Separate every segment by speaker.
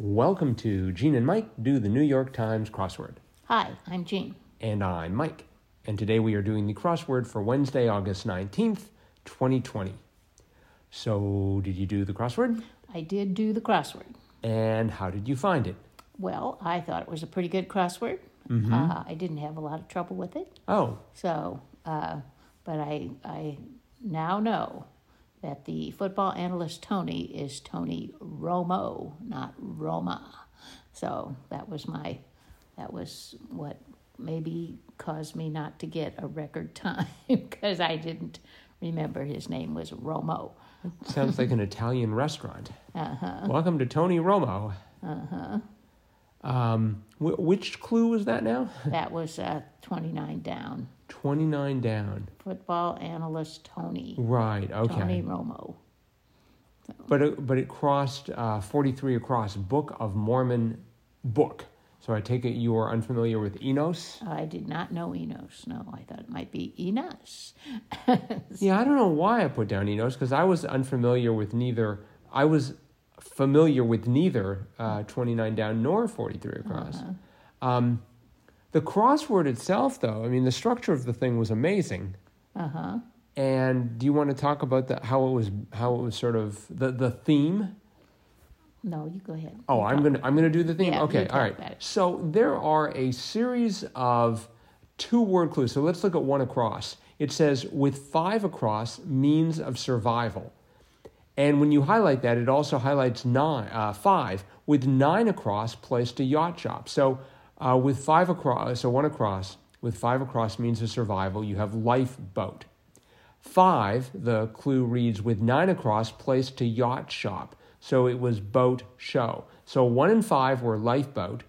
Speaker 1: Welcome to Gene and Mike do the New York Times crossword.
Speaker 2: Hi, I'm Jean.
Speaker 1: And I'm Mike. And today we are doing the crossword for Wednesday, August 19th, 2020. So, did you do the crossword?
Speaker 2: I did do the crossword.
Speaker 1: And how did you find it?
Speaker 2: Well, I thought it was a pretty good crossword. Uh, I didn't have a lot of trouble with it.
Speaker 1: Oh,
Speaker 2: So, uh, but I, I now know that the football analyst Tony is Tony Romo, not Roma. So that was my, that was what maybe caused me not to get a record time because I didn't remember his name was Romo.
Speaker 1: sounds like an Italian restaurant. Welcome to Tony Romo. Um, wh- which clue was that now?
Speaker 2: That was uh, 29 down.
Speaker 1: 29 down.
Speaker 2: Football analyst Tony,
Speaker 1: Right, okay.
Speaker 2: Tony Romo.
Speaker 1: But it, but it crossed uh, 43 across Book of Mormon book. So I take it you are unfamiliar with Enos.
Speaker 2: I did not know Enos. No, I thought it might be Enos.
Speaker 1: Yeah, I don't know why I put down Enos because I was unfamiliar with neither. I was familiar with neither uh, 29 down nor 43 across. Um, the crossword itself, though, I mean, the structure of the thing was amazing.
Speaker 2: Uh huh.
Speaker 1: And do you want to talk about the, how it was how it was sort of the, the theme?
Speaker 2: No, you go ahead.
Speaker 1: Oh, I'm gonna I'm gonna do the theme.
Speaker 2: Yeah, you
Speaker 1: okay,
Speaker 2: talk
Speaker 1: all right.
Speaker 2: about it.
Speaker 1: So there are a series of two word clues. So let's look at one across. It says with five across means of survival, and when you highlight that, it also highlights nine uh, five with nine across placed a yacht shop. So uh, with five across, so one across with five across means of survival. You have lifeboat. Five, the clue reads with nine across placed to yacht shop. So it was boat show. So one and five were lifeboat.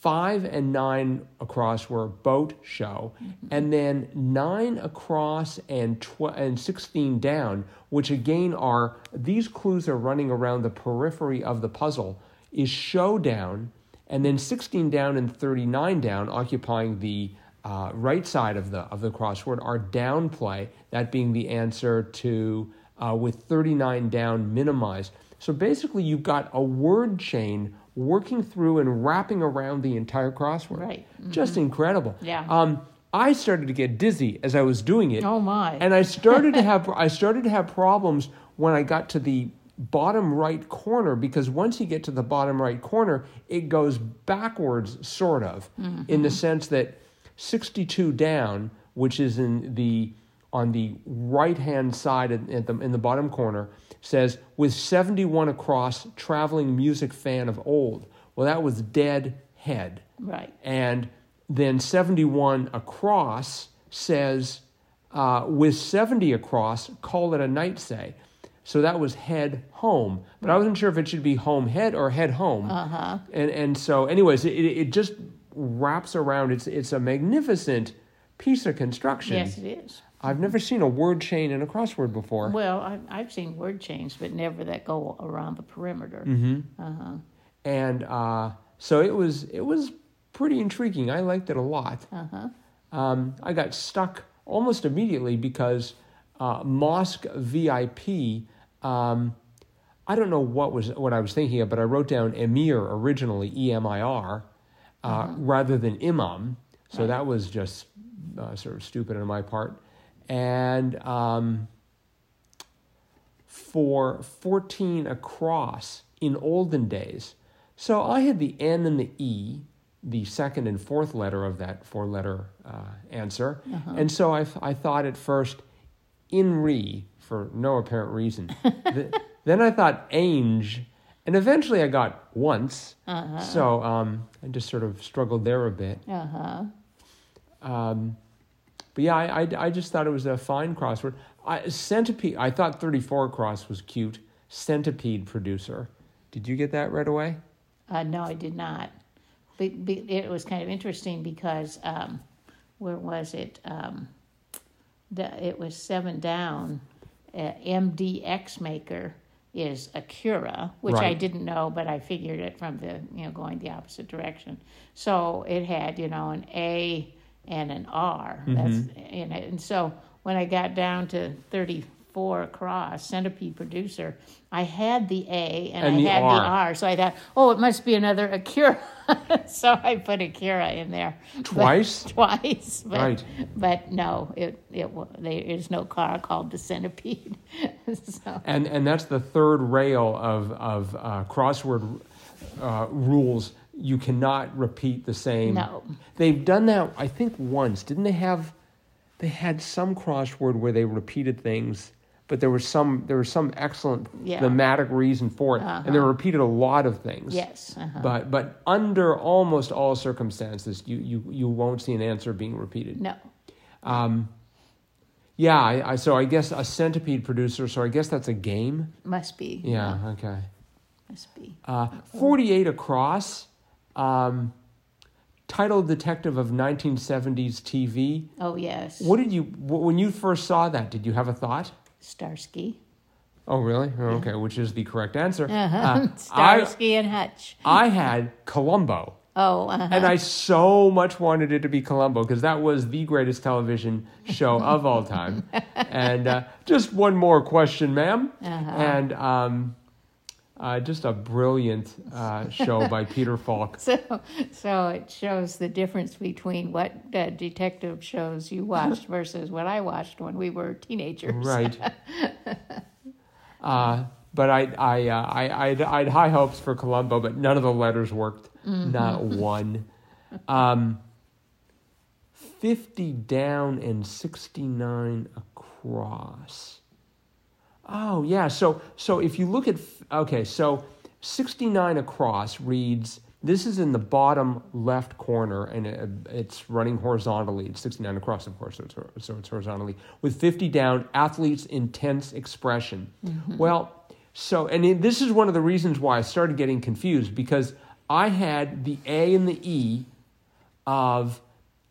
Speaker 1: Five and nine across were boat show. And then nine across and, tw- and 16 down, which again are these clues are running around the periphery of the puzzle, is showdown. And then 16 down and 39 down, occupying the uh, right side of the of the crossword, are downplay. That being the answer to uh, with 39 down, minimize. So basically, you've got a word chain working through and wrapping around the entire crossword.
Speaker 2: Right. Mm-hmm.
Speaker 1: Just incredible.
Speaker 2: Yeah.
Speaker 1: Um, I started to get dizzy as I was doing it.
Speaker 2: Oh, my.
Speaker 1: And I started to have I started to have problems when I got to the bottom right corner because once you get to the bottom right corner, it goes backwards sort of in the sense that 62 down, which is in the on the right-hand side at at the, in the bottom corner says with 71 across traveling music fan of old. Well, that was dead head.
Speaker 2: Right.
Speaker 1: And then 71 across says, uh, with 70 across, call it a night say. So that was head home. But I wasn't sure if it should be home head or head home. Uh-huh. And, and so, anyways, it, it it just wraps around. It's, it's a magnificent piece of construction.
Speaker 2: Yes, it is.
Speaker 1: I've never seen a word chain in a crossword before.
Speaker 2: Well, I've, I've seen word chains, but never that go around the perimeter.
Speaker 1: Mm-hmm. and uh, so it was it was pretty intriguing. I liked it a lot. Um, I got stuck almost immediately because uh, Mosque VIP. Um, I don't know what was what I was thinking of, but I wrote down Emir originally, E M I R, uh, rather than Imam. So that was just uh, sort of stupid on my part. And um, for 14 across in olden days. So I had the N and the E, the second and fourth letter of that four letter uh, answer. And so I, I thought at first, INRI, for no apparent reason. Th- then I thought ANGE. And eventually I got once. So um, I just sort of struggled there a bit.
Speaker 2: Uh huh.
Speaker 1: But yeah, I, I, I just thought it was a fine crossword. I, centipede. I thought thirty four cross was cute. Centipede producer. Did you get that right away?
Speaker 2: Uh, no, I did not. But, but it was kind of interesting because um, where was it? Um, the, it was seven down. Uh, MDX maker is Acura, which I
Speaker 1: Right.
Speaker 2: didn't know, but I figured it from the you know going the opposite direction. So it had you know an
Speaker 1: Mm-hmm.
Speaker 2: A and an R. That's and, and so when I got down to thirty four across, centipede producer, I had the A and,
Speaker 1: And
Speaker 2: I
Speaker 1: the
Speaker 2: had
Speaker 1: R.
Speaker 2: the R. So I thought, oh, it must be another Akira. so I put Akira in there
Speaker 1: Twice?
Speaker 2: twice. But,
Speaker 1: Right.
Speaker 2: But no, it it wa- there is no car called the Centipede. so
Speaker 1: and and that's the third rail of of uh, crossword uh, rules. You cannot repeat the same.
Speaker 2: No.
Speaker 1: they've done that. I think once didn't they have? They had some crossword where they repeated things, but there was some there was some excellent
Speaker 2: Yeah. Uh-huh.
Speaker 1: thematic reason for it, and they repeated a lot of things.
Speaker 2: yes, uh-huh.
Speaker 1: But but under almost all circumstances, you you you won't see an answer being repeated.
Speaker 2: no,
Speaker 1: Yeah, I, I, so I guess a centipede producer. So I guess that's a game.
Speaker 2: must be.
Speaker 1: Yeah. Okay.
Speaker 2: must be.
Speaker 1: Uh, 48 across um, title detective of 1970s tv
Speaker 2: Oh yes,
Speaker 1: what did you wh- when you first saw that did you have a thought
Speaker 2: Starsky,
Speaker 1: oh really oh, okay which is the correct answer
Speaker 2: uh-huh.
Speaker 1: Uh, I,
Speaker 2: Starsky and Hutch.
Speaker 1: I had columbo
Speaker 2: Oh, uh-huh.
Speaker 1: and i so much wanted it to be columbo because that was the greatest television show of all time and uh, just one more question madam and um, uh, just a brilliant uh, show by peter falk
Speaker 2: so so it shows the difference between what uh, detective shows you watched versus what I watched when we were teenagers.
Speaker 1: Right. uh, but I, I, uh, I, I'd, I'd high hopes for Columbo, but none of the letters worked. Not one. Um, 50 down and 69 across. Oh, yeah. So, so if you look at, f- okay, so 69 across reads, this is in the bottom left corner and it, it's running horizontally. It's 69 across, of course, so it's, hor- so it's horizontally. With 50 down, athletes' intense expression. Well, so, and it, this is one of the reasons why I started getting confused because I had the A and the E of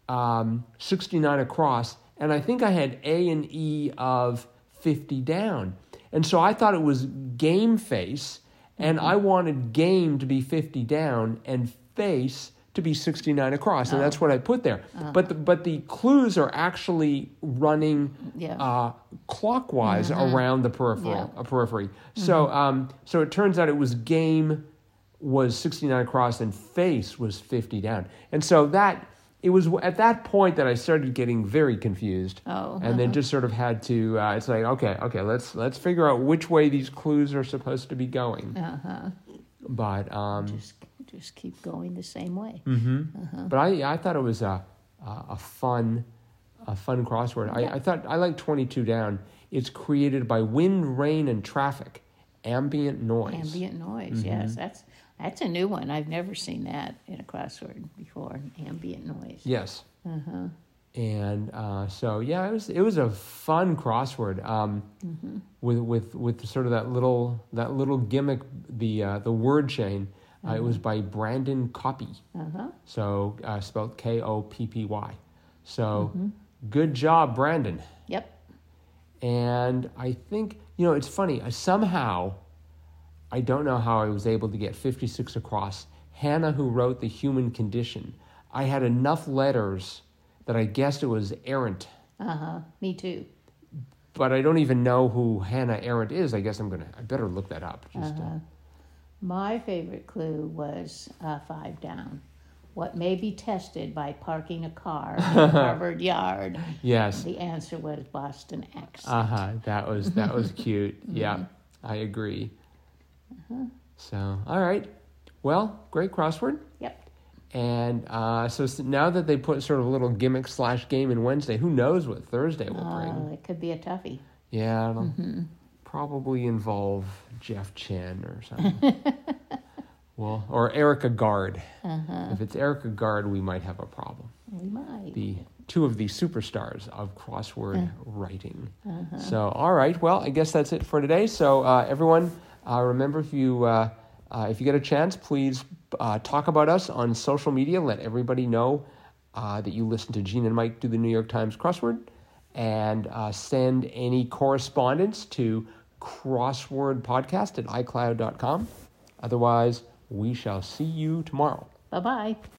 Speaker 1: um, 69 across, and I think I had A and E of 50 down. And so I thought it was game face, and I wanted game to be 50 down and face to be 69 across, and that's what I put there. But, the, but the clues are actually running
Speaker 2: Yeah.
Speaker 1: uh, clockwise around the peripheral, a periphery. So,
Speaker 2: Mm-hmm.
Speaker 1: um, so it turns out it was game was 69 across and face was 50 down. And so that it was at that point that I started getting very confused.
Speaker 2: Oh,
Speaker 1: And then just sort of had to uh, it's like okay, okay, let's let's figure out which way these clues are supposed to be going.
Speaker 2: Uh huh.
Speaker 1: But um
Speaker 2: Just just keep going the same way. Uh-huh.
Speaker 1: but I I thought it was a a a fun a fun crossword. I, I thought I like 22 down. It's created by wind, rain and traffic, ambient noise.
Speaker 2: Ambient noise, mm-hmm. yes, that's that's a new one. I've never seen that in a crossword before. Ambient noise. Uh-huh.
Speaker 1: Yes. And uh, so yeah, it was it was a fun crossword um, with with with sort of that little that little gimmick the uh, the word chain. Uh, it was by Brandon Copy,
Speaker 2: Uh huh.
Speaker 1: so uh, spelled K O P P Y. So good job, Brandon.
Speaker 2: Yep.
Speaker 1: And I think you know it's funny. I somehow I don't know how I was able to get 56 across. Hannah, who wrote The Human Condition, I had enough letters that I guessed it was Arendt,
Speaker 2: Uh huh. Me too.
Speaker 1: but I don't even know who Hannah Arendt is. I guess I'm gonna. I better look that up. Just, uh,
Speaker 2: My favorite clue was uh, five down. What may be tested by parking a car in Harvard Yard?
Speaker 1: yes.
Speaker 2: The answer was Boston accent.
Speaker 1: Uh huh. That was that was cute. Yeah, I agree. So all right. Well, great crossword.
Speaker 2: Yep.
Speaker 1: And uh, so s- now that they put sort of a little gimmick slash game in Wednesday, who knows what Thursday will bring?
Speaker 2: Uh, it could be a toughie.
Speaker 1: Yeah, it'll probably involve Jeff Chen or something. well, or Erica Gard. If it's Erica Gard, we might have a problem.
Speaker 2: We might.
Speaker 1: The two of the superstars of crossword writing. So, all right. Well, I guess that's it for today. So, uh, everyone, uh, remember if you uh, uh, if you get a chance, please uh, talk about us on social media. Let everybody know uh, that you listen to Gene and Mike do the New York Times crossword, and uh, send any correspondence to crosswordpodcast at icloud.com. Otherwise, we shall see you tomorrow.
Speaker 2: Bye bye.